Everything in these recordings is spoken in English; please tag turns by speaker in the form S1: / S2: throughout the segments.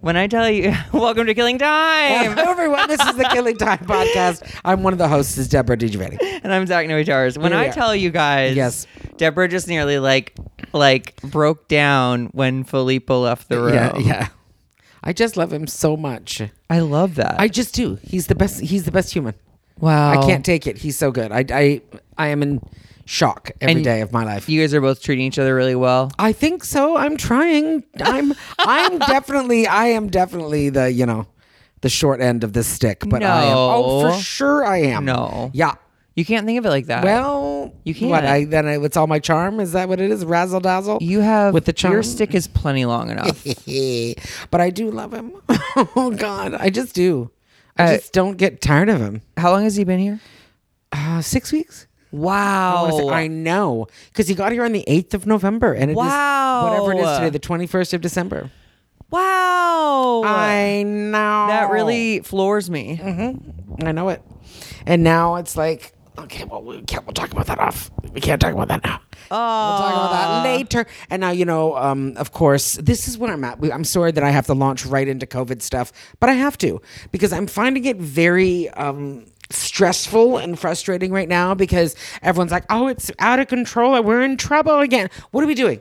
S1: When I tell you, welcome to Killing Time.
S2: Hello, everyone. This is the Killing Time podcast. I'm one of the hosts, is Deborah DiGiovanni.
S1: and I'm Zach Noe Jars. When
S2: Here we
S1: I
S2: are.
S1: tell you guys,
S2: Yes.
S1: Deborah just nearly like like broke down when Filippo left the room.
S2: Yeah, yeah. I just love him so much.
S1: I love that.
S2: I just do. He's the best. He's the best human.
S1: wow,
S2: I can't take it. He's so good. I I, I am in shock every day
S1: And
S2: of my life.
S1: You guys are both treating each other really well.
S2: I think so. I'm trying. I'm I'm definitely I am definitely the, you know, the short end of this stick, but I am Oh,
S1: No.
S2: for sure I am.
S1: No.
S2: Yeah.
S1: You can't think of it like that.
S2: Well,
S1: You can't.
S2: What, I, then I, it's all my charm. Is that what it is? Razzle dazzle.
S1: you have
S2: with the charm.
S1: Your stick is plenty long enough.
S2: but I do love him. oh God, I just do. I just don't get tired of him.
S1: How long has he been here?
S2: Uh, six weeks. I wanna
S1: Wow.
S2: say- I know because he got here on the eighth of November, and it is
S1: Wow.
S2: whatever it is today, the twenty first of December.
S1: wow.
S2: I know Mm-hmm.
S1: that really floors me.
S2: I know it. And now it's like, okay, well, we can't. We'll talk about that off. We can't talk about that now. we'll talk about that later. And now, you know, um, of course, this is where I'm at. We- I'm sorry that I have to launch right into COVID stuff, but I have to because I'm finding it very. Um, stressful and frustrating right now because everyone's like oh it's out of control we're in trouble again what are we doing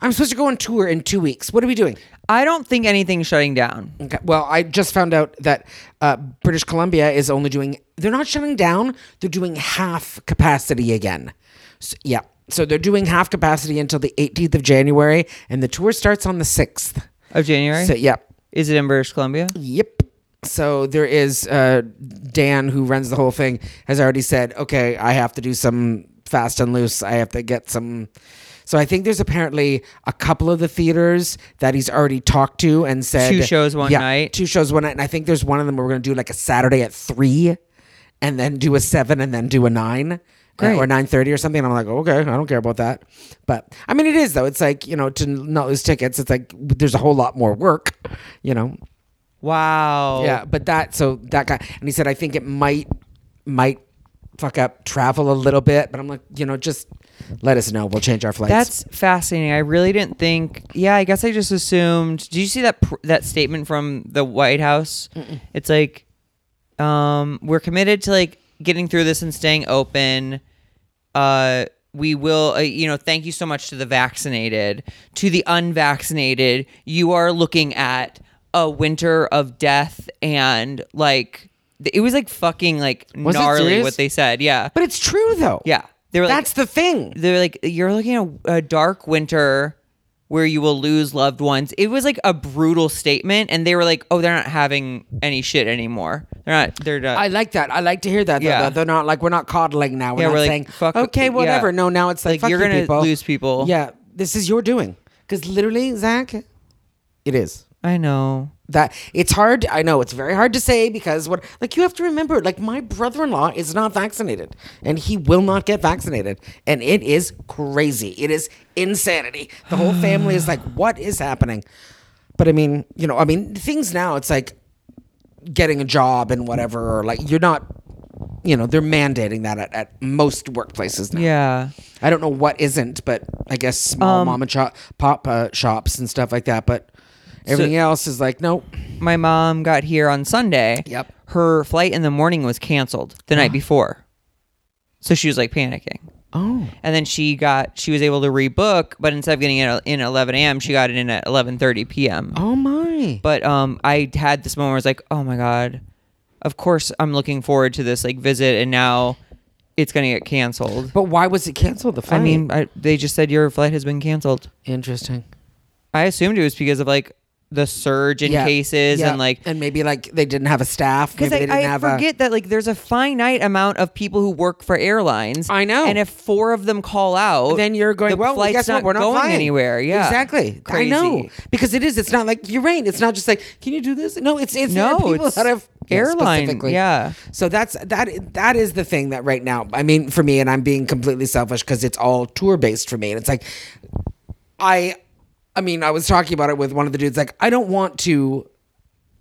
S2: i'm supposed to go on tour in two weeks what are we doing
S1: I don't think anything's shutting down.
S2: Okay. Well, I just found out that uh, British Columbia is only doing, they're not shutting down, they're doing half capacity again. So, yeah. So they're doing half capacity until the 18th of January, and the tour starts on the 6th.
S1: Of January?
S2: So, yep.
S1: Is it in British Columbia?
S2: Yep. So there is uh, Dan, who runs the whole thing, has already said, okay, I have to do some fast and loose. I have to get some. So I think there's apparently a couple of the theaters that he's already talked to and said
S1: Two shows one
S2: Yeah,
S1: night?
S2: Two shows one night, and I think there's one of them where we're going to do like a Saturday at three, and then do a seven, and then do a nine. uh,
S1: Great.
S2: Or nine thirty or something. And I'm like, okay, I don't care about that. But I mean, it is though. It's like you know, to not lose tickets. It's like there's a whole lot more work, you know.
S1: Wow.
S2: Yeah, but that so that guy and he said I think it might might fuck up travel a little bit, but I'm like, you know, just let us know. We'll change our flights.
S1: That's fascinating. I really didn't think. Yeah, I guess I just assumed. Did you see that pr- that statement from the White House? It's like um we're committed to like getting through this and staying open. Uh we will uh, you know, thank you so much to the vaccinated, to the unvaccinated. You are looking at a winter of death and like th- it was like fucking like
S2: Was it
S1: gnarly
S2: serious?
S1: what they said. Yeah.
S2: but it's true though.
S1: Yeah. They were like-
S2: That's the thing.
S1: they're like you're looking at a dark winter where you will lose loved ones. It was like a brutal statement, and they were like, "Oh, they're not having any shit anymore. They're not. They're not."
S2: I like that. I like to hear that.
S1: Yeah.
S2: Yeah. They're not like we're not coddling now. We're
S1: Yeah,
S2: not
S1: we're like,
S2: saying
S1: fuck-
S2: okay,
S1: yeah.
S2: whatever. No, now it's like,
S1: Like,
S2: fuck
S1: you're
S2: you,
S1: gonna
S2: people.
S1: lose people.
S2: Yeah, this is your doing because literally, Zach, it is.
S1: I know.
S2: that it's hard i know it's very hard to say because what like you have to remember like my brother-in-law is not vaccinated and he will not get vaccinated and it is crazy it is insanity the whole family is like what is happening but i mean you know i mean things now it's like getting a job and whatever or like you're not you know they're mandating that at, at most workplaces now
S1: Yeah.
S2: i don't know what isn't but i guess small mom and shop, pop uh, shops and stuff like that but everything else is like no
S1: My mom got here on Sunday.
S2: Yep.
S1: Her flight in the morning was canceled the night before, so she was like panicking.
S2: Oh.
S1: And then she got she was able to rebook, but instead of getting it in at 11 a.m., she got it in at 11:30 p.m.
S2: Oh my.
S1: But um, I had this moment where I was like, oh my God, of course I'm looking forward to this like visit, and now it's going to get canceled.
S2: But why was it canceled? The
S1: I
S2: flight.
S1: mean, I, they just said your flight has been canceled.
S2: interesting.
S1: I assumed it was because of like the surge in cases and like.
S2: and maybe like they didn't have a staff.
S1: Because
S2: maybe they
S1: I,
S2: didn't
S1: I
S2: have
S1: forget that like there's a finite amount of people who work for airlines.
S2: I know.
S1: and if four of them call out,
S2: A, then you're going.
S1: Oh, the
S2: well,
S1: flight's
S2: guess
S1: not
S2: what? We're not
S1: going
S2: flying.
S1: anywhere. Yeah,
S2: exactly.
S1: Crazy.
S2: I know because it is. It's not like you're right. It's not just like can you do this? No, it's it's there are
S1: No,
S2: people
S1: it's
S2: that have Yeah,
S1: airline,
S2: specifically.
S1: yeah.
S2: So that's that. That is the thing that right now. I mean, for me, and I'm being completely selfish because it's all tour based for me, and it's like I I mean, I was talking about it with one of the dudes like I don't want to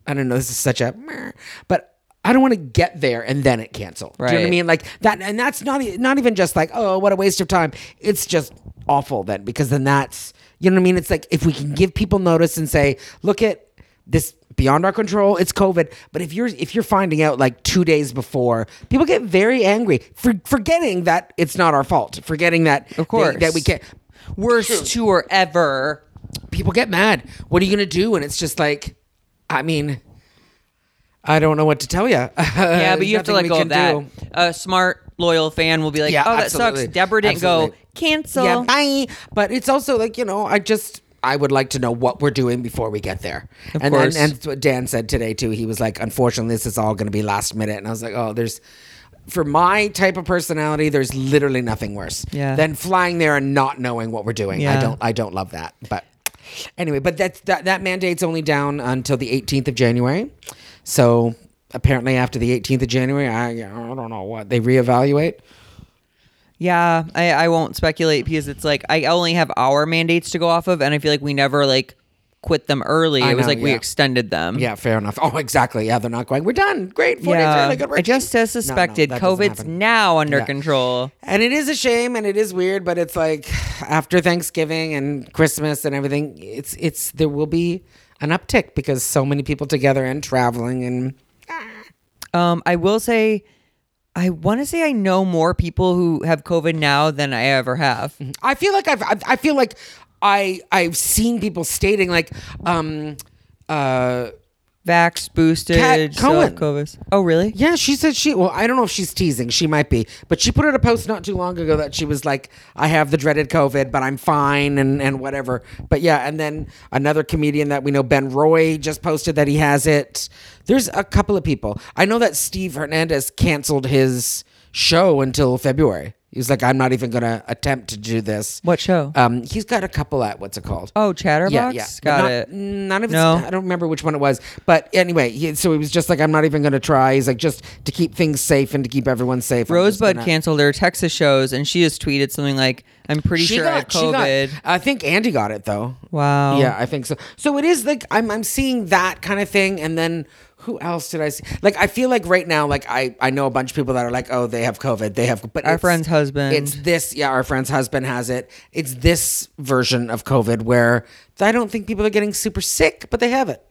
S2: I don't know, this is such a meh, but I don't want to get there and then it cancel. Do you know what
S1: Right.
S2: I mean? Like that and that's not e- not even just like, oh, what a waste of time. It's just awful then because then that's you know what I mean? It's like if we can give people notice and say, look at this beyond our control. It's COVID. But if you're if you're finding out like two days before, people get very angry, for, forgetting that it's not our fault, forgetting that
S1: Of course.
S2: they- that we can't.
S1: Worst tour ever.
S2: People get mad. What are you gonna do? And it's just like, I mean, I don't know what to tell you.
S1: Yeah, but you have to let go of that. A smart, loyal fan will be like,
S2: Yeah,
S1: "Oh, that
S2: absolutely.
S1: sucks. Deborah didn't go.
S2: Absolutely.
S1: Cancel."
S2: Yeah, bye. But it's also like you know, I just I would like to know what we're doing before we get there.
S1: Of
S2: and,
S1: course.
S2: and and that's what Dan said today too. He was like, unfortunately, this is all going to be last minute. And I was like, oh, there's. For my type of personality, there's literally nothing worse
S1: Yeah.
S2: than flying there and not knowing what we're doing.
S1: Yeah.
S2: I don't, I don't love that. But anyway, but that's that, that mandate's only down until the 18th of January. So apparently, after the 18th of January, I, I don't know what they reevaluate.
S1: Yeah, I, I won't speculate because it's like I only have our mandates to go off of, and I feel like we never like quit them early.
S2: I
S1: it was
S2: know,
S1: like we
S2: yeah.
S1: extended them.
S2: Yeah, fair enough. Oh, exactly. Yeah, they're not going. We're done. Great. Four days
S1: yeah.
S2: early. Good work.
S1: I just as
S2: No, no,
S1: suspected,
S2: that doesn't
S1: COVID's
S2: happen.
S1: now under
S2: Yeah.
S1: control.
S2: And it is a shame, and it is weird, but it's like after Thanksgiving and Christmas and everything, it's it's there will be an uptick because so many people together and traveling and
S1: Um, I will say, I want to say I know more people who have COVID now than I ever have.
S2: I feel like I've, I've I feel like I I've seen people stating like um uh
S1: Vax boosted,
S2: Kat
S1: still have
S2: Cohen.
S1: COVID. Oh, really?
S2: Yeah, she said she. Well, I don't know if she's teasing. She might be, but she put out a post not too long ago that she was like, "I have the dreaded COVID, but I'm fine and and whatever." But yeah, and then another comedian that we know, Ben Roy, just posted that he has it. There's a couple of people. I know that Steve Hernandez canceled his show until February. He was like, "I'm not even going to attempt to do this."
S1: What show?
S2: Um, he's got a couple at what's it called?
S1: oh, Chatterbox.
S2: But
S1: Got
S2: not,
S1: it.
S2: None of
S1: No.
S2: no. I don't remember which one it was. But anyway, he, so he was just like, I'm not even going to try. He's like, just to keep things safe and to keep everyone safe. I'm just
S1: Rosebud
S2: gonna-
S1: canceled her Texas shows, and she has tweeted something like, "I'm pretty
S2: She
S1: sure I have
S2: got, she got-
S1: COVID."
S2: I think Andy got it though.
S1: Wow.
S2: Yeah, I think so. So it is like I'm I'm seeing that kind of thing, and then who else did I see? Like I feel like right now, like I I know a bunch of people that are like, oh, they have COVID, they have. But
S1: Our
S2: it's-
S1: friend's husband.
S2: it's this. Yeah, our friend's husband has it. It's this version of COVID where I don't think people are getting super sick, but they have it.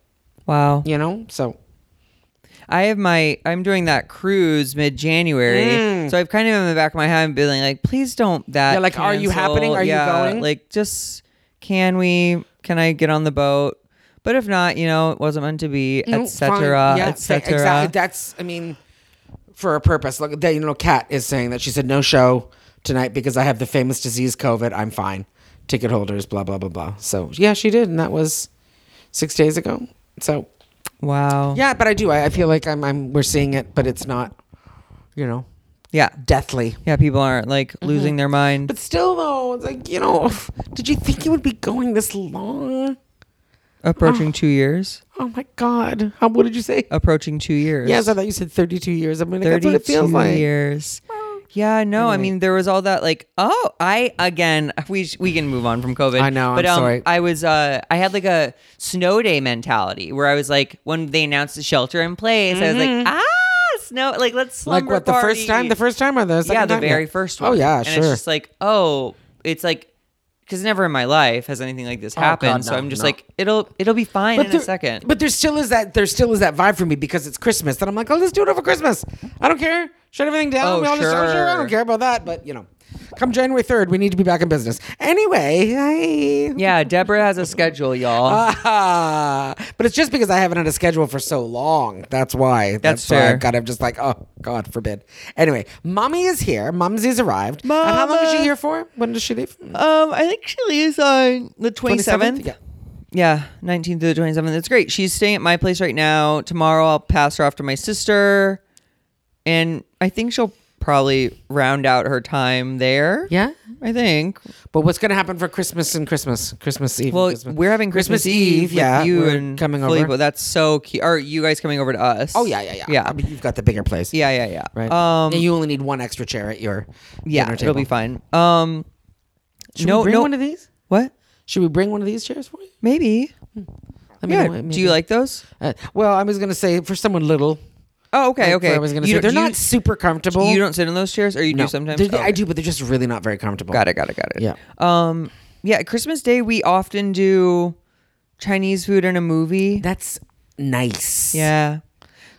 S1: Wow.
S2: You know, so
S1: I have my I'm doing that cruise mid January. So I've kind of in the back of my head been like, please don't that.
S2: Mm. Yeah, like, are you
S1: cancel.
S2: happening? Are you
S1: Yeah,
S2: going?
S1: Like just can we can I get on the boat? But if not, you know, it wasn't meant to be,
S2: No,
S1: etc.
S2: fine. oh, Yeah, e-,
S1: etc.
S2: Exactly. That's, I mean, for a purpose. Look, that, you know, Kat is saying that she said, no show tonight because I have the famous disease COVID. I'm fine. Ticket holders, blah, blah, blah, blah. So, yeah, she did. And that was six days ago. So,
S1: Wow.
S2: yeah, but I do. I, I feel like I'm, I'm, we're seeing it, but it's not, you know,
S1: Yeah.
S2: deathly.
S1: Yeah, people aren't like losing their mind.
S2: Mm-hmm. But still, though, it's like, you know, did you think you would be going this long?
S1: approaching two years.
S2: Oh my God. How, what did you say?
S1: Approaching two years.
S2: Yes, I thought you said 32 years. I mean, like, that's what it
S1: 32
S2: feels like.
S1: years. Yeah, no, I mean there was all that like oh I again we sh- we can move on from COVID.
S2: I know,
S1: but
S2: I'm
S1: um,
S2: sorry.
S1: I was uh I had like a snow day mentality where I was like when they announced the shelter in place I was like ah snow like let's
S2: Mm-hmm. like
S1: slumber
S2: what the first time
S1: party."
S2: the first time or the second
S1: yeah the
S2: time?
S1: very first one
S2: oh yeah
S1: and
S2: sure
S1: it's just like oh it's like because never in my life has anything like this happened
S2: Oh, God,
S1: so
S2: no,
S1: I'm just
S2: no.
S1: like it'll it'll be fine in
S2: there,
S1: a second
S2: but there still is that there still is that vibe for me because it's christmas that i'm like oh let's do it over christmas i don't care shut everything down
S1: Oh,
S2: we all just oh, sure, i
S1: sure.
S2: don't care about that but you know come january 3rd we need to be back in business anyway I,
S1: yeah Deborah has a schedule y'all
S2: Uh, Ah, but it's just because I haven't had a schedule for so long. That's why.
S1: That's
S2: why
S1: fair.
S2: I've got. I'm just like, oh God forbid. Anyway, mommy is here. Mumsy's arrived. And how long is she
S1: Mama.
S2: here for? When does she leave?
S1: Um, I think she leaves on the twenty seventh.
S2: Yeah.
S1: Yeah, nineteenth to the twenty seventh. It's great. She's staying at my place right now. Tomorrow I'll pass her off to my sister, and I think she'll probably round out her time there.
S2: Yeah.
S1: I think.
S2: But what's going to happen for Christmas and Christmas, Christmas Eve?
S1: Well,
S2: and Christmas.
S1: we're having Christmas, Eve. with
S2: yeah,
S1: you
S2: we're
S1: and
S2: coming over.
S1: Felipe. That's so cute. Are you guys coming over to us?
S2: Oh yeah, yeah, yeah.
S1: yeah,
S2: I mean, you've got the bigger place,
S1: yeah, yeah, yeah.
S2: right?
S1: Um,
S2: and you only need one extra chair at your
S1: yeah,
S2: dinner
S1: it'll
S2: table.
S1: be fine. Um,
S2: Should
S1: no,
S2: we bring
S1: no.
S2: one of these?
S1: what?
S2: Should we bring one of these chairs for you?
S1: Maybe.
S2: Let me
S1: Yeah.
S2: know what-
S1: Do you
S2: maybe.
S1: like those?
S2: Uh, well, I was going to say for someone little.
S1: Oh, okay,
S2: like,
S1: okay.
S2: I was going to
S1: You
S2: say
S1: don't-
S2: they're
S1: you-
S2: not super comfortable.
S1: You don't sit in those chairs, or you
S2: No.
S1: do sometimes.
S2: They're-
S1: Oh,
S2: I do, but they're just really not very comfortable.
S1: Got it. Got it. Got it.
S2: Yeah.
S1: Um. Yeah. Christmas Day, we often do Chinese food in a movie.
S2: That's nice.
S1: yeah.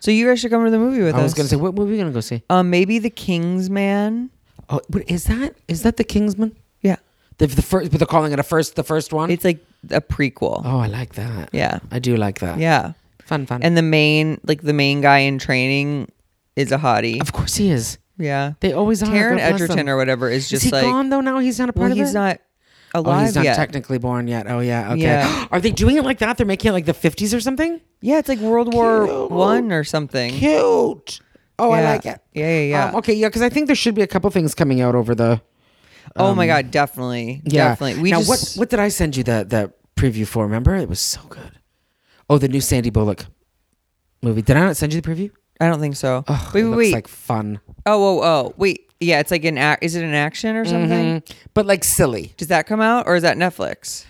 S1: So you guys should come to the movie with us.
S2: I was gonna say, what movie are we gonna go see?
S1: um, maybe The King's Man.
S2: Oh, but is that is that the Kingsman?
S1: Yeah.
S2: The, the first, but they're calling it a first, the first one.
S1: It's like a prequel.
S2: oh, I like that.
S1: Yeah.
S2: I do like that.
S1: Yeah.
S2: fun, fun.
S1: And the main, like the main guy in training, is a hottie.
S2: of course he is.
S1: Yeah.
S2: They always are.
S1: Taron
S2: God bless
S1: Edgerton
S2: them.
S1: or whatever is
S2: Is
S1: just
S2: he
S1: like.
S2: gone though? Now he's not a part
S1: Well,
S2: of it.
S1: he's not
S2: Oh,
S1: alive
S2: he's not
S1: yet.
S2: technically born yet. Oh yeah. Okay.
S1: Yeah.
S2: Are they doing it like that? They're making it like the fifties or something.
S1: yeah, it's like World War
S2: Cute.
S1: One or something.
S2: Cute. Oh, I
S1: Yeah.
S2: like it.
S1: Yeah, yeah, yeah.
S2: Um, okay, yeah, because I think there should be a couple things coming out over the.
S1: oh my god, definitely,
S2: Um, Yeah.
S1: definitely. We
S2: now,
S1: just
S2: what what did I send you that that preview for? Remember, it was so good. Oh, the new Sandy Bullock movie. Did I not send you the preview?
S1: I don't think so.
S2: Oh,
S1: wait,
S2: it
S1: wait,
S2: looks
S1: wait.
S2: like fun,
S1: oh, oh, oh, wait. Yeah, it's like an act. Is it an action or something?
S2: Mhm. but like silly.
S1: Does that come out or is that Netflix?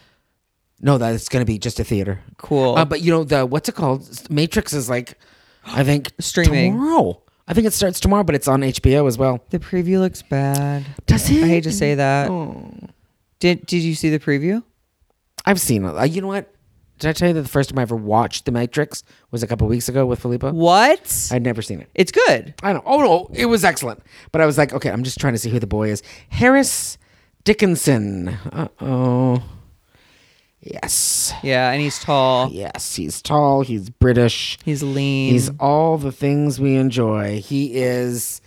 S2: No, that it's going to be just a theater.
S1: Cool.
S2: Uh, but you know the what's it called? Matrix is like, I think
S1: Streaming.
S2: tomorrow. I think it starts tomorrow, but it's on HBO as well.
S1: the preview looks bad.
S2: Does
S1: I
S2: it?
S1: hate to say that.
S2: Oh.
S1: Did Did you see the preview?
S2: I've seen it. Uh, you know what? Did I tell you that the first time I ever watched The Matrix was a couple weeks ago with Filippo?
S1: What?
S2: I'd never seen it.
S1: it's good.
S2: I know. Oh no, it was excellent. But I was like, okay, I'm just trying to see who the boy is. Harris Dickinson. Uh oh. Yes.
S1: Yeah, and he's tall.
S2: Yes. He's tall. He's British.
S1: He's lean.
S2: He's all the things we enjoy. He is.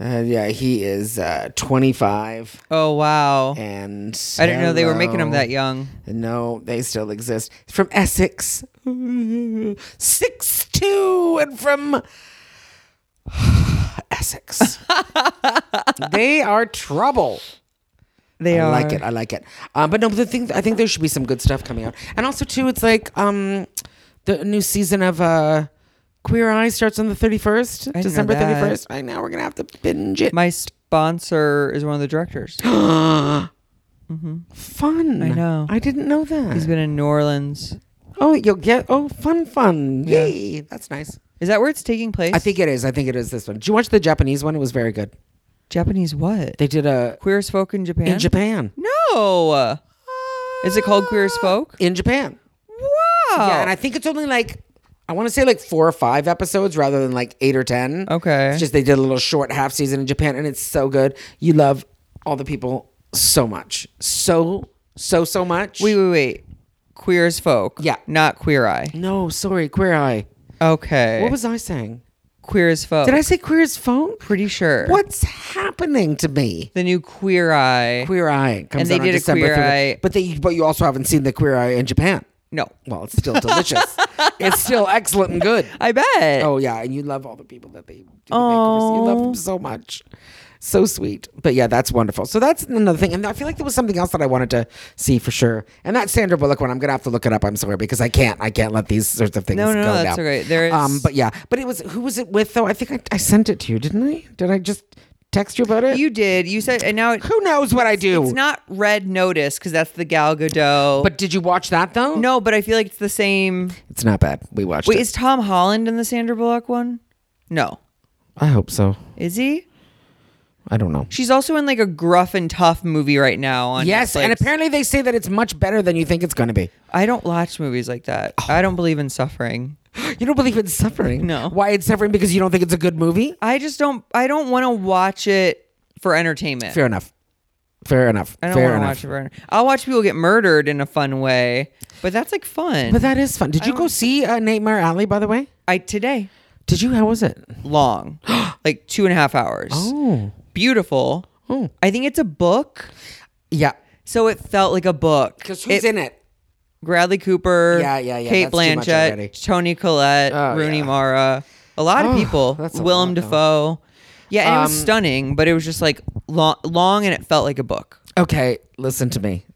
S2: Uh, yeah, he is uh, 25,
S1: oh wow.
S2: and
S1: I didn't know they were making him
S2: hello.
S1: that young.
S2: No, they still exist. From Essex, six two, and from Essex. they are trouble.
S1: They
S2: I
S1: are
S2: like it. I like it. Um, but no, but the thing I think there should be some good stuff coming out, and also too, it's like um, the new season of uh, Queer Eye starts on the thirty first,
S1: know
S2: December
S1: that.
S2: thirty first. Right now, we're gonna have to binge it.
S1: My sponsor is one of the directors.
S2: Fun.
S1: Mm-hmm. I know.
S2: I didn't know that.
S1: He's been in New Orleans.
S2: oh, you'll get oh fun, fun. Yay, that's nice.
S1: Is that where it's taking place?
S2: I think it is. I think it is this one. Did you watch the Japanese one? It was very good.
S1: Japanese what?
S2: They did a
S1: Queer as folk in Japan.
S2: in Japan.
S1: No. Is it called Queer
S2: Uh,
S1: as folk?
S2: In Japan.
S1: Wow.
S2: Yeah, and I think it's only like I want to say like four or five episodes rather than like eight or ten.
S1: Okay.
S2: It's just they did a little short half season in Japan, and it's so good. You love all the people so much, so so so much.
S1: wait, wait, wait. Queer as folk.
S2: Yeah.
S1: Not queer eye.
S2: no, sorry, Queer Eye.
S1: Okay.
S2: What was I saying?
S1: queer as folk?
S2: Did I say Queer as Phone?
S1: Pretty sure.
S2: What's happening to me?
S1: The new queer eye.
S2: Queer Eye comes
S1: And they
S2: out on
S1: did a
S2: December
S1: Queer
S2: 30th.
S1: Eye-
S2: but they but you also haven't seen the Queer Eye in Japan.
S1: no.
S2: Well, it's still delicious. it's still excellent and good.
S1: I bet.
S2: Oh yeah, and you love all the people that they do the makeovers. You love them so much. So sweet. But yeah, that's wonderful. So that's another thing. And I feel like there was something else that I wanted to see for sure. And that Sandra Bullock one, I'm gonna have to look it up, I'm sorry, because I can't I can't let these sorts of things
S1: No, no, no,
S2: go
S1: that's
S2: down.
S1: okay. There is-
S2: Um but yeah. But it was who was it with though? I think I, I sent it to you, didn't I? Did I just text you about it?
S1: You did. You said, and now it,
S2: who knows what I do?
S1: it's not Red Notice because that's the Gal Gadot.
S2: Oh. but did you watch that though?
S1: no, but I feel like it's the same.
S2: It's not bad. We watched
S1: Wait,
S2: it.
S1: is Tom Holland in the Sandra Bullock one? No.
S2: I hope so.
S1: Is he?
S2: I don't know.
S1: She's also in like a gruff and tough movie right now on
S2: Yes, and
S1: Netflix.
S2: apparently they say that it's much better than you think it's going to be.
S1: I don't watch movies like that.
S2: Oh.
S1: I don't believe in suffering.
S2: You don't believe in suffering.
S1: No.
S2: Why it's suffering? Because you don't think it's a good movie?
S1: I just don't. I don't want to watch it for entertainment.
S2: Fair enough. Fair enough.
S1: I don't
S2: Fair
S1: want to
S2: enough.
S1: watch it for. enter- I'll watch people get murdered in a fun way, but that's like fun.
S2: But that is fun. Did you go see uh, Nightmare Alley, by the way?
S1: I today
S2: Did you? How was it?
S1: long, like two and a half hours.
S2: Oh.
S1: Beautiful. I think it's a book,
S2: Yeah.
S1: so it felt like a book.
S2: Because who's in it?
S1: Bradley Cooper,
S2: Yeah, yeah, yeah,
S1: Kate
S2: that's too much already.
S1: Blanchett, Tony Collette,
S2: Oh,
S1: Rooney
S2: yeah.
S1: Mara, a lot of
S2: Oh,
S1: people.
S2: that's a
S1: Willem
S2: lot, though.
S1: Dafoe. Yeah, and it was
S2: Um,
S1: stunning, but it was just like long, long, and it felt like a book.
S2: Okay, listen to me.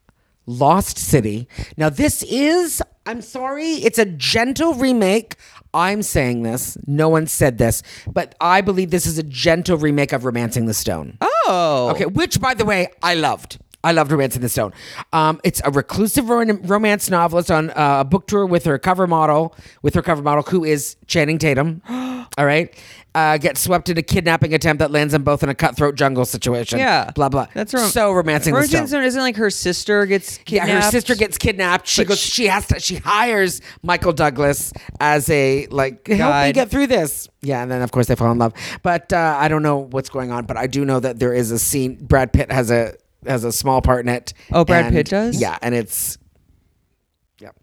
S2: Lost City. Now, this is, I'm sorry, it's a gentle remake. I'm saying this. No one said this, but I believe this is a gentle remake of Romancing the Stone.
S1: Oh,
S2: Okay, which by the way, I loved. I loved Romance in the Stone. Um, it's a reclusive ro- romance novelist on uh, a book tour with her cover model, with her cover model who is Channing Tatum. All right. Uh, get swept in a kidnapping attempt that lands them both in a cutthroat jungle situation.
S1: Yeah.
S2: Blah blah.
S1: That's rom-
S2: so romancing the
S1: Romancing
S2: stone.
S1: the Stone isn't like her sister gets
S2: Yeah,
S1: kidnapped.
S2: her sister gets kidnapped. She
S1: But
S2: goes.
S1: sh-
S2: She has to. She hires Michael Douglas as a like help me
S1: Guide.
S2: get through this. Yeah, and then of course they fall in love. But uh, I don't know what's going on. But I do know that there is a scene. Brad Pitt has a has a small part in it.
S1: Oh, Brad
S2: and-
S1: Pitt does?
S2: Yeah, and it's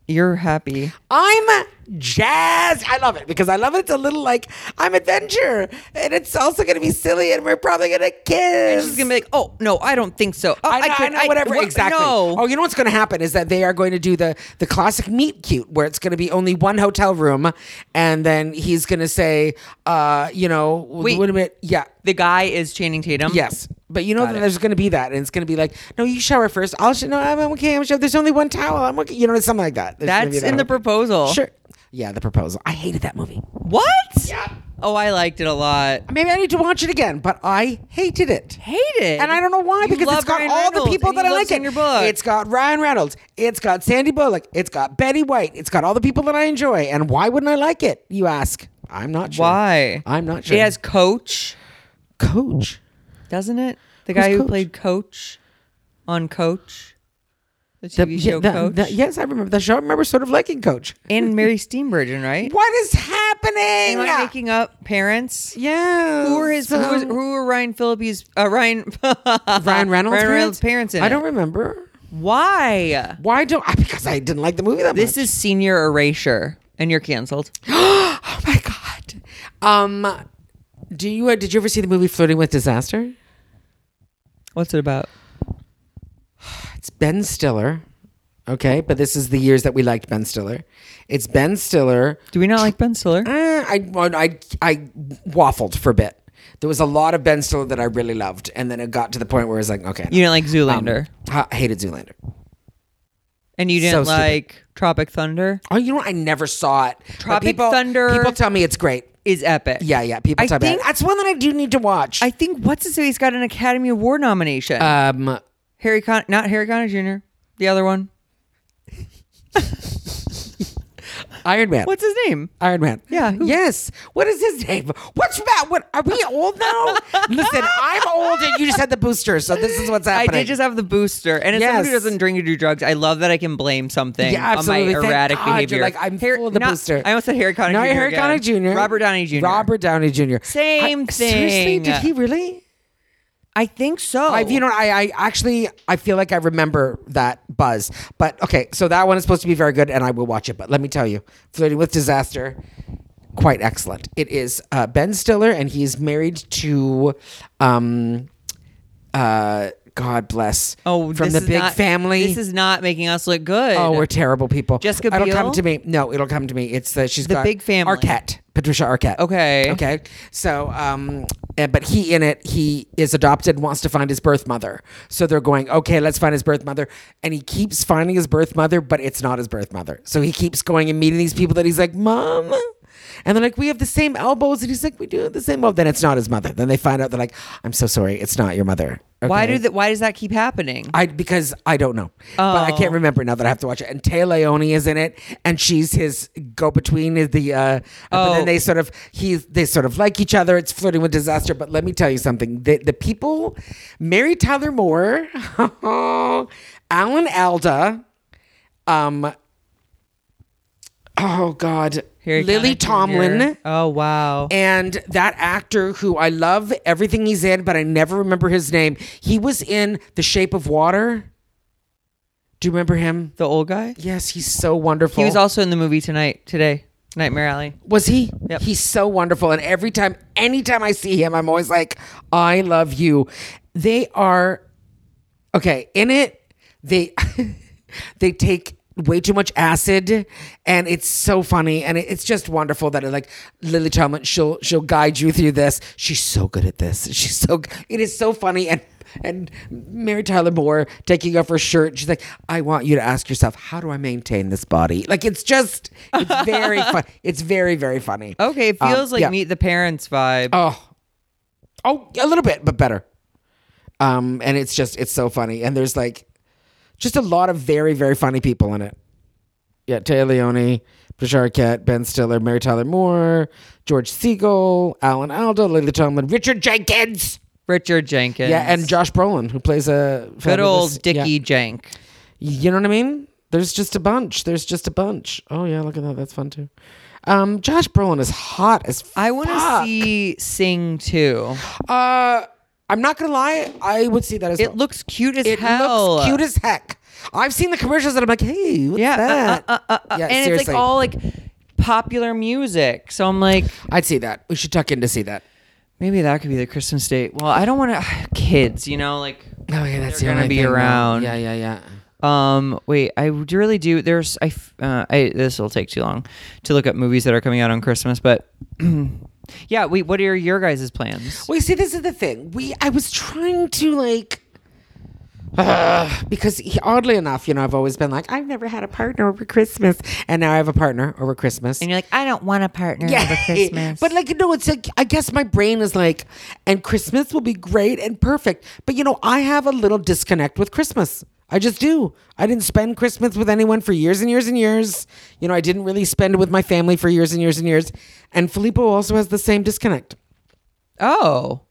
S1: You're happy.
S2: I'm jazzed. I love it because I love it. It's a little like I'm adventure, and it's also going to be silly, and we're probably going to kiss.
S1: She's gonna be like, oh no, I don't think so. Oh,
S2: I know, I
S1: could-
S2: know, whatever.
S1: what-
S2: exactly.
S1: No.
S2: Oh, you know what's going to happen is that they are going to do the the classic meet cute, where it's going to be only one hotel room, and then he's going to say, uh, you know,
S1: Wait.
S2: wait a minute, yeah.
S1: The guy is Channing Tatum.
S2: Yes, but you know
S1: Got
S2: that
S1: it.
S2: there's going to be that, and it's going to be like, no, you shower first. I'll sh- no, I'm I'm okay. I'm sure there's only one towel. I'm okay. You know, something like that. There's gonna be
S1: That's in
S2: that
S1: the
S2: whole-
S1: proposal.
S2: Sure. Yeah, the proposal. I hated that movie.
S1: What?
S2: Yeah.
S1: Oh, I liked it a lot.
S2: Maybe I need to watch it again, but I hated it.
S1: Hate it.
S2: And I don't know why
S1: You
S2: because
S1: love
S2: it's got
S1: Ryan
S2: all the
S1: Reynolds,
S2: people
S1: and
S2: that
S1: he
S2: I
S1: loves
S2: like.
S1: in
S2: it.
S1: your book.
S2: It's got Ryan Reynolds. It's got Sandy Bullock. It's got Betty White. It's got all the people that I enjoy. And why wouldn't I like it? You ask. I'm not sure.
S1: why.
S2: I'm not sure.
S1: It has Coach,
S2: Coach.
S1: doesn't it? The guy who
S2: Coach?
S1: played Coach on Coach, the
S2: The-
S1: TV
S2: yeah,
S1: show
S2: the-
S1: Coach,
S2: the- yes, I remember the show. I remember sort of liking Coach.
S1: and Mary Steenburgen, right?
S2: What is happening?
S1: Am I making up parents?
S2: yeah.
S1: Who were his? who, was, who were Ryan Phillippe's? Uh, Ryan Ryan
S2: Ryan Reynolds.
S1: Reynolds' parents. In
S2: I
S1: it?
S2: don't remember.
S1: Why?
S2: Why don't I? Because I didn't like the movie that much.
S1: This is senior erasure, and you're canceled.
S2: Oh my god. Um, do you uh, did you ever see the movie Flirting with Disaster?
S1: What's it about?
S2: It's Ben Stiller. Okay, but this is the years that we liked Ben Stiller. It's Ben Stiller.
S1: Do we not like Ben Stiller?
S2: Uh, I, I I waffled for a bit. There was a lot of Ben Stiller that I really loved, and then it got to the point where it's like, okay,
S1: You didn't like
S2: um,
S1: Zoolander,
S2: I hated Zoolander.
S1: and you didn't
S2: so stupid.
S1: like Tropic Thunder.
S2: Oh, you know, what? I never saw it. But
S1: Tropic
S2: people,
S1: Thunder.
S2: People tell me it's great.
S1: Is epic.
S2: Yeah, yeah. People
S1: I
S2: tell me
S1: think-
S2: that's one that I do need to watch.
S1: I think what's his face got an Academy Award nomination.
S2: um,
S1: Harry Con, not Harry Connick Jr. The other one.
S2: Iron Man.
S1: What's his name?
S2: Iron Man.
S1: Yeah, who-
S2: Yes. What is his name? What's that? What are we old now? Listen, I'm old and you just had the booster, so this is what's
S1: I
S2: happening.
S1: did just have the booster, and as someone who
S2: Yes.
S1: doesn't drink or do drugs, I love that I can blame something
S2: Yeah, absolutely.
S1: on
S2: Thank
S1: my erratic
S2: God you're
S1: behavior.
S2: like, I'm full of the
S1: not-
S2: booster.
S1: I almost said Harry Connick
S2: no,
S1: Jr.
S2: Harry
S1: again.
S2: Connick Jr.
S1: Robert Downey Jr.
S2: Robert Downey Jr.
S1: Same
S2: I- Seriously,
S1: thing.
S2: did he really?
S1: I think so.
S2: I, you know, I, I actually, I feel like I remember that buzz. But okay, so that one is supposed to be very good, and I will watch it. But let me tell you, Flirting with Disaster, quite excellent. It is uh, Ben Stiller, and he's married to, um, uh, God bless.
S1: oh,
S2: from
S1: this
S2: the
S1: is
S2: big
S1: not-
S2: family.
S1: This is not making us look good.
S2: Oh, we're terrible people.
S1: Jessica
S2: It'll come
S1: Biel?
S2: to me. No, it'll come to me. It's that she's
S1: The
S2: got
S1: big family.
S2: Arquette, Patricia Arquette.
S1: Okay.
S2: Okay. So, um, eh, but he in it, he is adopted, wants to find his birth mother. So they're going, okay, let's find his birth mother. And he keeps finding his birth mother, but it's not his birth mother. So he keeps going and meeting these people that he's like, mom. And they're like, we have the same elbows. And he's like, we do have the same. Well, then it's not his mother. Then they find out, they're like, I'm so sorry. It's not your mother.
S1: Why
S2: Okay?
S1: do that? Why does that keep happening?
S2: I because I don't know, but I
S1: Oh.
S2: can't remember now that I have to watch it. And Tay Leone is in it, and she's his go-between. Is the uh, but
S1: Oh.
S2: then they sort of he they sort of like each other. It's flirting with disaster. But let me tell you something: the the people, Mary Tyler Moore, Alan Alda, um, oh God,
S1: Harry
S2: Lily
S1: Connick Jr.
S2: Tomlin.
S1: Oh wow.
S2: And that actor who I love everything he's in, but I never remember his name. He was in The Shape of Water. Do you remember him?
S1: the old guy.
S2: Yes, he's so wonderful.
S1: He was also in the movie tonight, today, Nightmare Alley.
S2: Was he?
S1: Yep.
S2: He's so wonderful. And every time, anytime I see him, I'm always like, I love you. They are okay in it. They they take way too much acid, and it's so funny, and it, it's just wonderful that it, like Lily Tomlin, she'll she'll guide you through this. She's so good at this. She's so g- it is so funny and. And Mary Tyler Moore taking off her shirt, she's like, "I want you to ask yourself, how do I maintain this body?" Like it's just, it's very fun. It's very, very funny.
S1: Okay, it
S2: Um,
S1: feels like
S2: yeah.
S1: Meet the Parents vibe.
S2: Oh, oh, a little bit, but better. Um, and it's just it's so funny, and there's like just a lot of very very funny people in it. Yeah, Tay Leone, Bashar Arquette, Ben Stiller, Mary Tyler Moore, George Siegel, Alan Alda, Lily Tomlin, Richard Jenkins.
S1: Richard Jenkins.
S2: Yeah, and Josh Brolin, who plays a
S1: good
S2: fabulous-
S1: old Dickie
S2: yeah.
S1: Jank.
S2: You know what I mean? There's just a bunch. There's just a bunch. Oh yeah, look at that. That's fun too. Um, Josh Brolin is hot as
S1: I want to
S2: fuck.
S1: see Sing too.
S2: Uh, I'm not gonna lie. I would see that as
S1: It
S2: well.
S1: looks cute as
S2: It
S1: hell.
S2: looks cute as heck. I've seen the commercials and I'm like, hey, what's
S1: yeah,
S2: that?
S1: uh, uh, uh, uh,
S2: yeah,
S1: and it's
S2: seriously.
S1: like all like popular music. So I'm like,
S2: I'd see that. We should tuck in to see that.
S1: maybe that could be the Christmas date. Well, I don't want to kids, you know, like.
S2: Oh yeah, that's
S1: They're
S2: the
S1: gonna
S2: only
S1: be
S2: thing, though.
S1: around.
S2: Yeah, yeah, yeah.
S1: Um, wait, I would really do. There's, I, f- uh, I this will take too long to look up movies that are coming out on Christmas, but yeah. Wait, what are your guys' plans?
S2: Well, you see, this is the thing. We I was trying to like. Ugh, because he, oddly enough, you know, I've always been like, I've never had a partner over Christmas, and now I have a partner over Christmas.
S1: And you're like, I don't want a partner over Christmas.
S2: But like, you know, it's like, I guess my brain is like, and Christmas will be great and perfect. But you know, I have a little disconnect with Christmas. I just do. I didn't spend Christmas with anyone for years and years and years. You know, I didn't really spend it with my family for years and years and years. And Filippo also has the same disconnect.
S1: oh,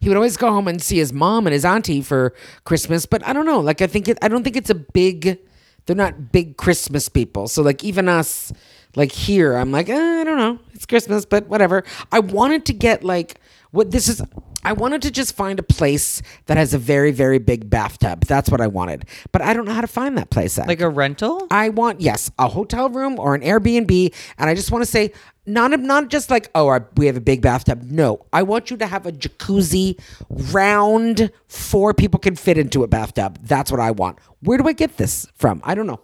S2: He would always go home and see his mom and his auntie for Christmas, but I don't know. Like I think it, I don't think it's a big. They're not big Christmas people. So like even us, like here, I'm like eh, I don't know. It's Christmas, but whatever. I wanted to get like what this is. I wanted to just find a place that has a very very big bathtub. That's what I wanted, but I don't know how to find that place. At.
S1: like a rental?
S2: I want yes, a hotel room or an Airbnb, and I just want to say not not just like oh our, we have a big bathtub. No, I want you to have a jacuzzi, round, four people can fit into a bathtub. That's what I want. Where do I get this from? I don't know.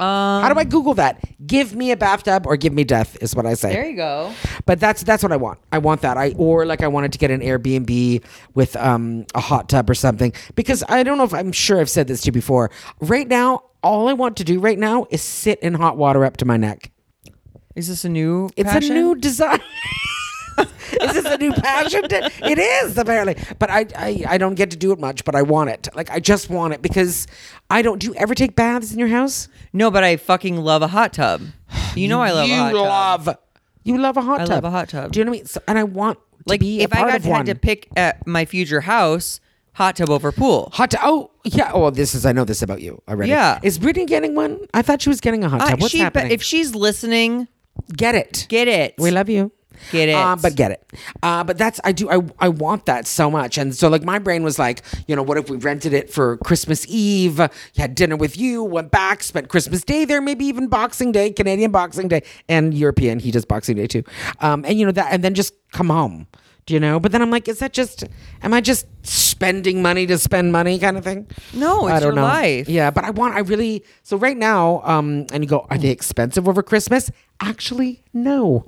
S2: How do
S1: Um,
S2: I Google that? Give me a bathtub or give me death is what I say.
S1: there you go.
S2: But that's that's what I want. I want that. I or like I wanted to get an Airbnb with um a hot tub or something because I don't know if I'm sure I've said this to you before. Right now, all I want to do right now is sit in hot water up to my neck.
S1: Is this a new?
S2: It's
S1: passion?
S2: a new design. is this a new passion? to- it is apparently, but I, I I don't get to do it much. But I want it. Like I just want it because I don't. Do you ever take baths in your house?
S1: No, but I fucking love a hot tub. You know I love
S2: you
S1: a hot tub.
S2: love. You love a hot
S1: I
S2: tub.
S1: love a hot tub.
S2: Do you know what I mean? So, and I want to
S1: Like
S2: be a
S1: if I
S2: part
S1: got
S2: of
S1: had
S2: one.
S1: to pick at my future house, hot tub over pool.
S2: Hot tub. Oh, yeah. Oh, this is. I know this about you already.
S1: Yeah.
S2: Is Brittany getting one? I thought she was getting a hot
S1: Uh,
S2: tub. What's
S1: she, but
S2: happening?
S1: if she's listening,
S2: get it.
S1: get it.
S2: we love you.
S1: Get it.
S2: Uh, but get it. Uh, but that's I do. I I want that so much. And so like my brain was like, you know, what if we rented it for Christmas Eve? Had dinner with you. Went back. Spent Christmas Day there. Maybe even Boxing Day, Canadian Boxing Day, and European. He does Boxing Day too. Um, and you know that. And then just come home. Do you know? But then I'm like, is that just? Am I just spending money to spend money kind of thing?
S1: No, it's
S2: I don't
S1: your
S2: know.
S1: life.
S2: Yeah, but I want. I really. So right now, um, and you go, are they expensive over Christmas? Actually, no,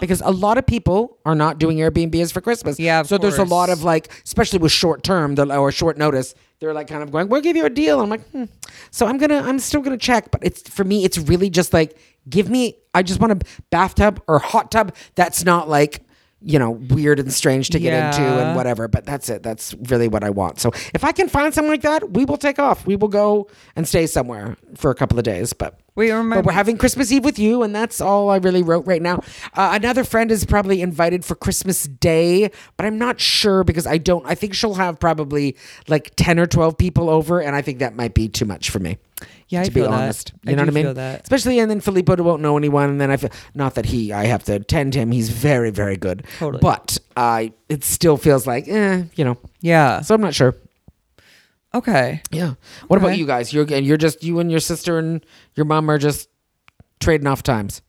S2: because a lot of people are not doing Airbnbs for Christmas.
S1: Yeah, of
S2: so there's a lot
S1: course.
S2: of like, especially with short term they're- or short notice, they're like kind of going, "We'll give you a deal." I'm like, hmm. so I'm gonna, I'm still gonna check, but it's for me, it's really just like, give me. I just want a bathtub or hot tub that's not like. You know, weird and strange to get into
S1: Yeah.
S2: and whatever, but that's it. That's really what I want. So if I can find something like that, we will take off. We will go and stay somewhere for a couple of days, but
S1: Wait, remember-
S2: but we're having Christmas Eve with you, and that's all I really wrote right now. Uh, another friend is probably invited for Christmas Day, but I'm not sure because I don't. I think she'll have probably like ten or twelve people over, and I think that might be too much for me.
S1: Yeah, I
S2: to be
S1: feel that.
S2: honest,
S1: I
S2: you know
S1: do
S2: what I mean.
S1: feel that.
S2: Especially, and then Filippo won't know anyone, and then I feel not that he. I have to attend him. He's very, very good.
S1: Totally.
S2: but I it still feels like, eh, you know.
S1: yeah.
S2: So I'm not sure.
S1: Okay.
S2: Yeah. What
S1: Okay.
S2: about you guys? You're and you're just you and your sister and your mom are just trading off times.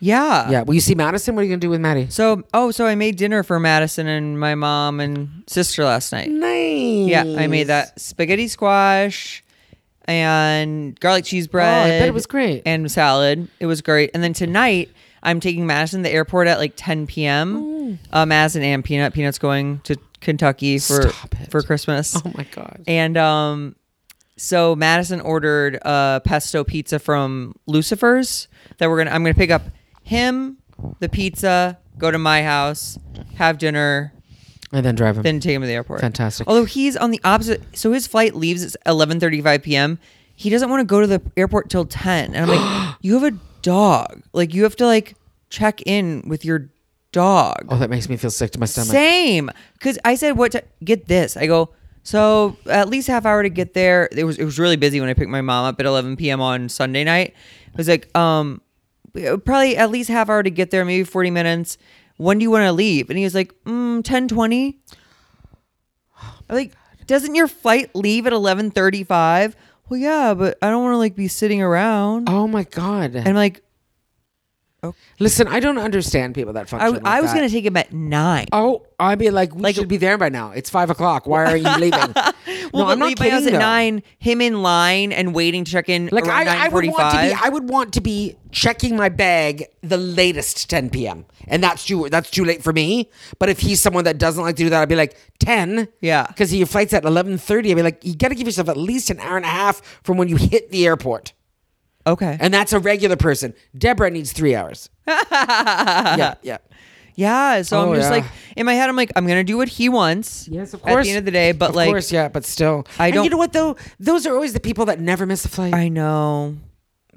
S1: Yeah.
S2: Yeah. Will you see Madison? What are you gonna do with Maddie?
S1: So, oh, so I made dinner for Madison and my mom and sister last night.
S2: Nice.
S1: Yeah, I made that spaghetti squash and garlic cheese
S2: Oh, I
S1: bread.
S2: bet it was great.
S1: And salad. It was great. And then tonight, I'm taking Madison to the airport at like 10
S2: Mm.
S1: p.m. Uh, Madison and Peanut. Peanut's going to Kentucky for
S2: Stop it.
S1: for Christmas.
S2: Oh my god.
S1: And um, so Madison ordered a pesto pizza from Lucifer's that we're gonna. I'm gonna pick up him, the pizza, go to my house, have dinner,
S2: And then drive him.
S1: then take him to the airport.
S2: Fantastic.
S1: Although he's on the opposite, so his flight leaves at 11:35 p.m. He doesn't want to go to the airport till 10, and I'm like, you have a dog. Like you have to like check in with your dog.
S2: Oh, that makes me feel sick to my stomach.
S1: Same, because I said, "What? ti- get this." I go. So at least half hour to get there. It was it was really busy when I picked my mom up at 11 p.m. on Sunday night. I was like, um, probably at least half hour to get there, maybe 40 minutes. When do you want to leave? And he was like, mm, 10 20. I'm like, doesn't your flight leave at 11:35? Well, yeah, but I don't want to like be sitting around.
S2: Oh my god!
S1: And I'm like,
S2: Listen, I don't understand people that
S1: I,
S2: function. like
S1: I was
S2: that.
S1: gonna take him at nine.
S2: Oh, I'd be like, we
S1: Like-
S2: should be there by now. It's five o'clock. Why are you leaving?
S1: Well,
S2: no,
S1: but
S2: I'm not
S1: leave my
S2: kidding.
S1: house at
S2: though.
S1: nine, him in line and waiting to check in
S2: Like
S1: around
S2: I, I
S1: nine
S2: would want to be,
S1: forty-five.
S2: I would want to be checking my bag the latest 10 p.m. and that's too that's too late for me. But if he's someone that doesn't like to do that, I'd be like 10.
S1: Yeah.
S2: because your flight's at 11:30. I'd be like, you got to give yourself at least an hour and a half from when you hit the airport,
S1: Okay.
S2: and that's a regular person. Deborah needs three hours. yeah, yeah.
S1: yeah. So
S2: Oh,
S1: I'm just
S2: yeah.
S1: like in my head, I'm like, I'm gonna do what he wants.
S2: Yes, of
S1: At
S2: course.
S1: the end of the day, but
S2: of
S1: like,
S2: course, yeah, but still,
S1: I
S2: And
S1: don't-
S2: you know what though? Those are always the people that never miss a flight.
S1: I know.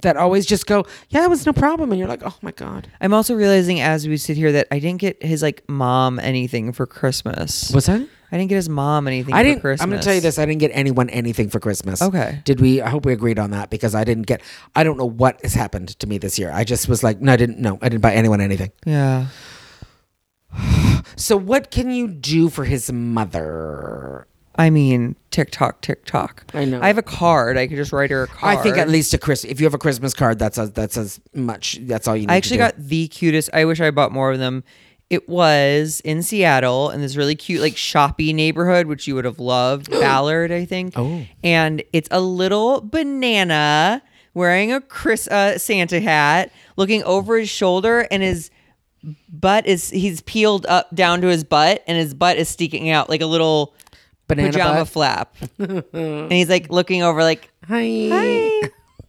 S2: that always just go, yeah, it was no problem, and you're like, oh my god,
S1: I'm also realizing as we sit here that I didn't get his like mom anything for Christmas.
S2: that?
S1: I didn't get his mom anything.
S2: I
S1: for
S2: didn't.
S1: Christmas.
S2: I'm going to tell you this. I didn't get anyone anything for Christmas.
S1: Okay.
S2: Did we? I hope we agreed on that because I didn't get. I don't know what has happened to me this year. I just was like, no, I didn't. No, I didn't buy anyone anything.
S1: Yeah.
S2: So what can you do for his mother?
S1: I mean, TikTok, TikTok.
S2: I know.
S1: I have a card. I could just write her a card.
S2: I think at least a Chris. If you have a Christmas card, that's as that's as much. That's all you need.
S1: I actually
S2: to do.
S1: got the cutest. I wish I bought more of them. It was in Seattle in this really cute, like shoppy neighborhood, which you would have loved, Ballard, I think.
S2: Oh.
S1: and it's a little banana wearing a Chris uh, Santa hat, looking over his shoulder, and his butt is he's peeled up down to his butt, and his butt is sticking out like a little
S2: Banana
S1: pajama
S2: butt.
S1: flap, and he's like looking over, like
S2: Hi.
S1: "Hey."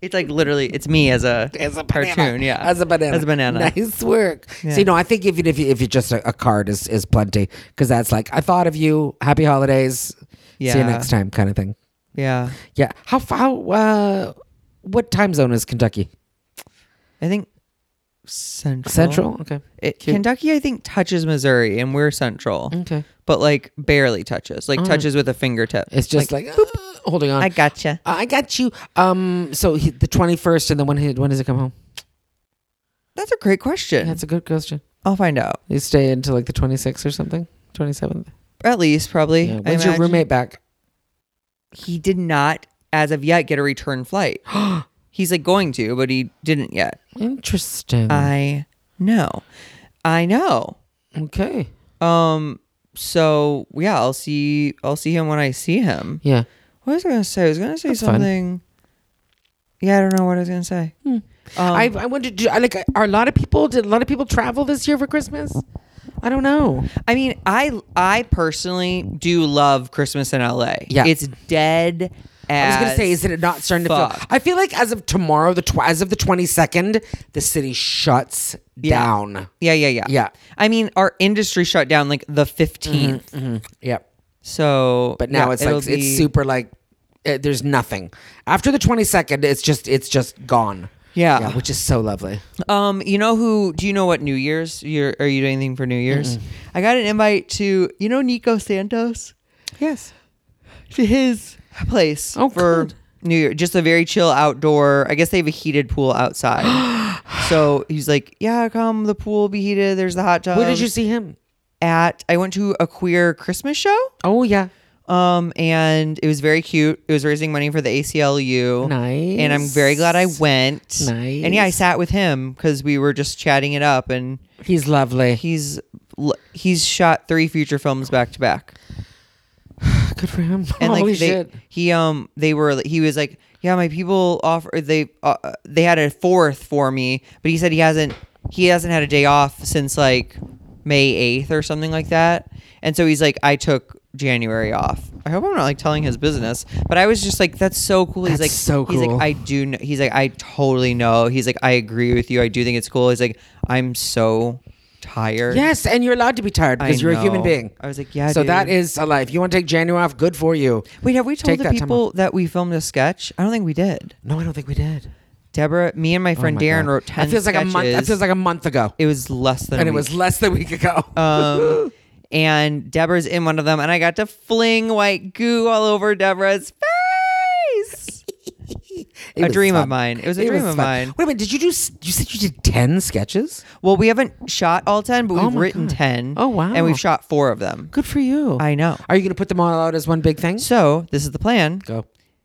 S1: It's like literally, it's me as a
S2: As a banana.
S1: cartoon, yeah,
S2: As a banana.
S1: as a banana.
S2: Nice work. So you know, I think even if you, if you just a, a card is is plenty because that's like I thought of you. Happy holidays. See you
S1: Yeah.
S2: next time, kind of thing.
S1: Yeah,
S2: Yeah. How f- how uh, what time zone is Kentucky?
S1: I think central.
S2: Central. Oh, Okay.
S1: It,
S2: Cute.
S1: Kentucky, I think, touches Missouri, and we're central.
S2: Okay.
S1: but like barely touches, like touches with a fingertip.
S2: Mm. It's just like, uh, holding on.
S1: I
S2: I,
S1: gotcha.
S2: I got you. Um. So he, the twenty first, and then when he, when does it come home?
S1: That's a great question.
S2: That's a good question.
S1: I'll find out.
S2: You stay until like the twenty sixth or something. Twenty seventh.
S1: At least, probably. I
S2: When's your
S1: imagine.
S2: roommate back?
S1: He did not, as of yet, get a return flight. He's like going to, but he didn't yet.
S2: Interesting.
S1: I know. I know.
S2: okay.
S1: Um. So yeah, I'll see. I'll see him when I see him.
S2: Yeah.
S1: What was I gonna say? I was gonna say
S2: That's fine.
S1: something. Yeah, I don't know what I was gonna say.
S2: Hmm.
S1: Um,
S2: I I wonder. Do, I like are a lot of people? Did a lot of people travel this year for Christmas? I don't know.
S1: I mean, I I personally do love Christmas in LA.
S2: Yeah.
S1: it's dead.
S2: I was
S1: As
S2: gonna say, is it not starting to feel?
S1: fuck.
S2: I feel like as of tomorrow, the tw- as of the twenty second, the city shuts
S1: Yeah.
S2: down.
S1: Yeah, yeah, yeah.
S2: Yeah.
S1: I mean, our industry shut down like the 15th.
S2: Yep.
S1: So,
S2: Mm-hmm. But now
S1: Mm-hmm. yeah,
S2: it's like
S1: it'll
S2: it's
S1: be-
S2: super like uh, there's nothing after the twenty second. It's just it's just gone.
S1: Yeah.
S2: which is so lovely.
S1: Um, you know who? Do you know what New Year's? You're, are you doing anything for New Year's? I got an invite to you know Nico Santos
S2: Yes.
S1: to his place
S2: Oh,
S1: for
S2: good.
S1: New Year. Just a very chill outdoor. I guess they have a heated pool outside. so he's like, "Yeah, come. The pool will be heated. There's the hot tub."
S2: Where did you see him?
S1: at I went to a queer Christmas show.
S2: Oh yeah.
S1: Um, and it was very cute. It was raising money for the ACLU.
S2: Nice.
S1: And I'm very glad I went.
S2: Nice.
S1: And yeah, I sat with him because we were just chatting it up, and
S2: He's lovely.
S1: he's l- he's shot three feature films back to back.
S2: Good for him.
S1: And
S2: Holy
S1: they,
S2: shit.
S1: he um they were he was like yeah my people offer they uh, they had a fourth for me, but he said he hasn't he hasn't had a day off since like May eighth or something like that, and so he's like I took January off. I hope I'm not like telling his business, but I was just like that's so cool. he's
S2: That's
S1: like
S2: so
S1: He's
S2: cool.
S1: like I do. Know, he's like I totally know. He's like I agree with you. I do think it's cool. He's like I'm so tired.
S2: Yes, and you're allowed to be tired
S1: I
S2: because you're a human
S1: know.
S2: being.
S1: I was like, yeah,
S2: So that
S1: dude.
S2: is a life. You want to take January off? Good for you.
S1: Wait, have we told
S2: Take
S1: the
S2: that time
S1: people that we filmed a sketch? I don't think we did.
S2: No, I don't think we did.
S1: Deborah, me and my friend
S2: Oh my
S1: Darren
S2: God.
S1: wrote ten.
S2: That feels like a month. That
S1: sketches.
S2: feels like a month ago,
S1: it was less than.
S2: and
S1: a
S2: it
S1: week.
S2: was less than a week ago.
S1: Um, and Deborah's in one of them, and I got to fling white goo all over Deborah's face.
S2: It
S1: a
S2: was
S1: dream
S2: fun.
S1: of mine. It was a dream
S2: was
S1: of
S2: fun.
S1: mine.
S2: Wait a minute. Did you do? s- You said you did ten sketches.
S1: Well, we haven't shot all ten, but
S2: Oh
S1: we've
S2: my
S1: written
S2: God.
S1: ten.
S2: Oh, wow.
S1: And we've shot four of them.
S2: Good for you.
S1: I know.
S2: Are you going to put them all out as one big thing?
S1: So this is the plan.
S2: Go.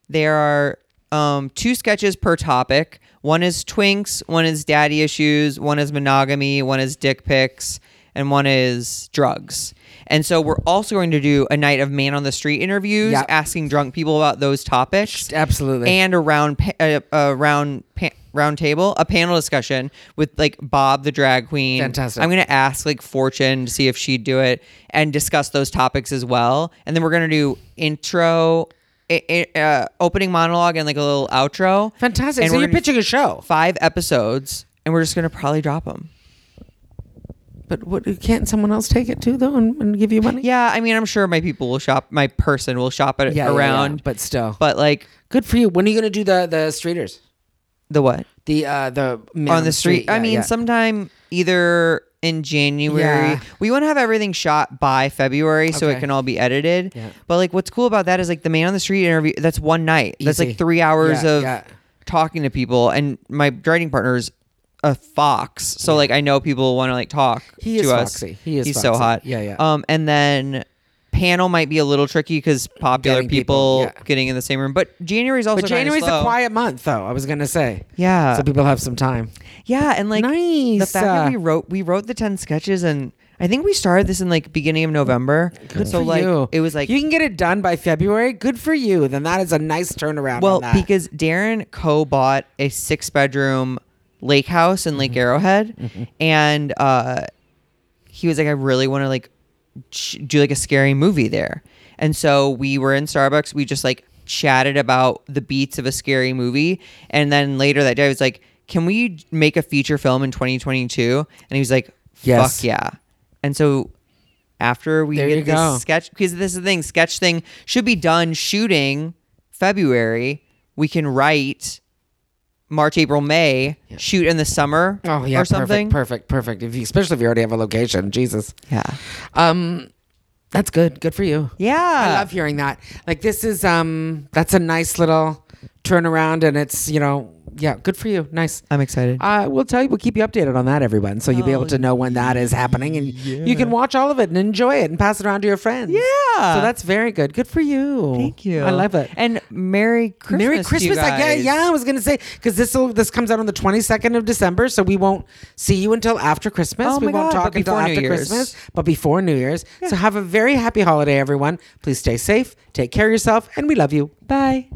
S1: There are um, two sketches per topic. One is twinks, one is daddy issues, one is monogamy, one is dick pics, and one is drugs. And so we're also going to do a night of man on the street interviews,
S2: Yep.
S1: asking drunk people about those topics,
S2: Absolutely.
S1: and a round pa- a, a round pa- round table, a panel discussion with like Bob the drag queen.
S2: Fantastic.
S1: I'm gonna ask like Fortune to see if she'd do it and discuss those topics as well. And then we're gonna do intro, i- i- uh, opening monologue, and like a little outro.
S2: Fantastic.
S1: And
S2: so
S1: we're
S2: you're
S1: gonna-
S2: pitching a show,
S1: Five episodes, and we're just gonna probably drop them.
S2: but what, can't someone else take it too though and, and give you money?
S1: Yeah, I mean, I'm sure my people will shop. My person will shop it around, But,
S2: but still,
S1: but like
S2: good for you. When are you going to do the the streeters?
S1: the what?
S2: The uh the man
S1: on the street. I
S2: Yeah,
S1: mean,
S2: yeah.
S1: sometime either in January.
S2: Yeah.
S1: We want to have everything shot by February so it
S2: Okay.
S1: can all be edited.
S2: Yeah.
S1: But like, what's cool about that is like the man on the street interview. That's one night. That's
S2: Easy.
S1: like three hours
S2: Yeah,
S1: of
S2: yeah.
S1: talking to people. And my writing partner's a fox, so like I know people want to like talk
S2: He
S1: to
S2: is
S1: us.
S2: foxy. He is
S1: He's so
S2: foxy.
S1: hot.
S2: Yeah, yeah.
S1: Um, and then. Panel might be a little tricky because popular
S2: Getting
S1: people,
S2: people, yeah.
S1: getting in the same room, but January's also
S2: but
S1: kinda
S2: January's a
S1: slow.
S2: quiet month, though. I was going to say.
S1: Yeah,
S2: so people have some time.
S1: yeah, and like the
S2: Nice.
S1: fact that we
S2: Uh,
S1: wrote we wrote the ten sketches, and I think we started this in like beginning of November. so
S2: for
S1: like
S2: you.
S1: it was like
S2: you can get it done by February. Good for you. Then that is a nice turnaround.
S1: well
S2: on that.
S1: because Darren co bought a six bedroom lake house in
S2: Mm-hmm.
S1: Lake Arrowhead, and uh, he was like, I really want to like ch- do like a scary movie there, and so we were in Starbucks. We just like chatted about the beats of a scary movie, and then later that day I was like, Can we make a feature film in 2022? And he was like,
S2: Yes.
S1: Fuck yeah! And so after we
S2: There you
S1: get this
S2: go.
S1: sketch because this is the thing sketch thing should be done shooting february we can write march april may shoot in the summer
S2: oh yeah,
S1: or something
S2: perfect, perfect, perfect. If you, especially if you already have a location, Jesus.
S1: yeah
S2: Um, that's good. Good for you.
S1: yeah
S2: I love hearing that. Like this is um, that's a nice little turnaround, and it's you know, yeah, good for you. Nice.
S1: i'm excited
S2: Uh, we'll tell you. We'll keep you updated on that, everyone. So you'll be able
S1: Oh,
S2: to know when that is happening, and you can watch all of it and enjoy it and pass it around to your friends. Yeah. So that's very good. Good for you.
S1: thank you
S2: I love it.
S1: and merry christmas
S2: Merry
S1: to you
S2: Christmas! I, yeah,
S1: guys.
S2: yeah. I was gonna say because this will this comes out on the twenty second of December, so we won't see you until after Christmas.
S1: Oh
S2: we
S1: my
S2: won't
S1: God,
S2: talk
S1: but
S2: until
S1: before New
S2: after
S1: Year's.
S2: Christmas, but before New Year's. So have a very happy holiday, everyone. Please stay safe, take care of yourself, and we love you.
S1: bye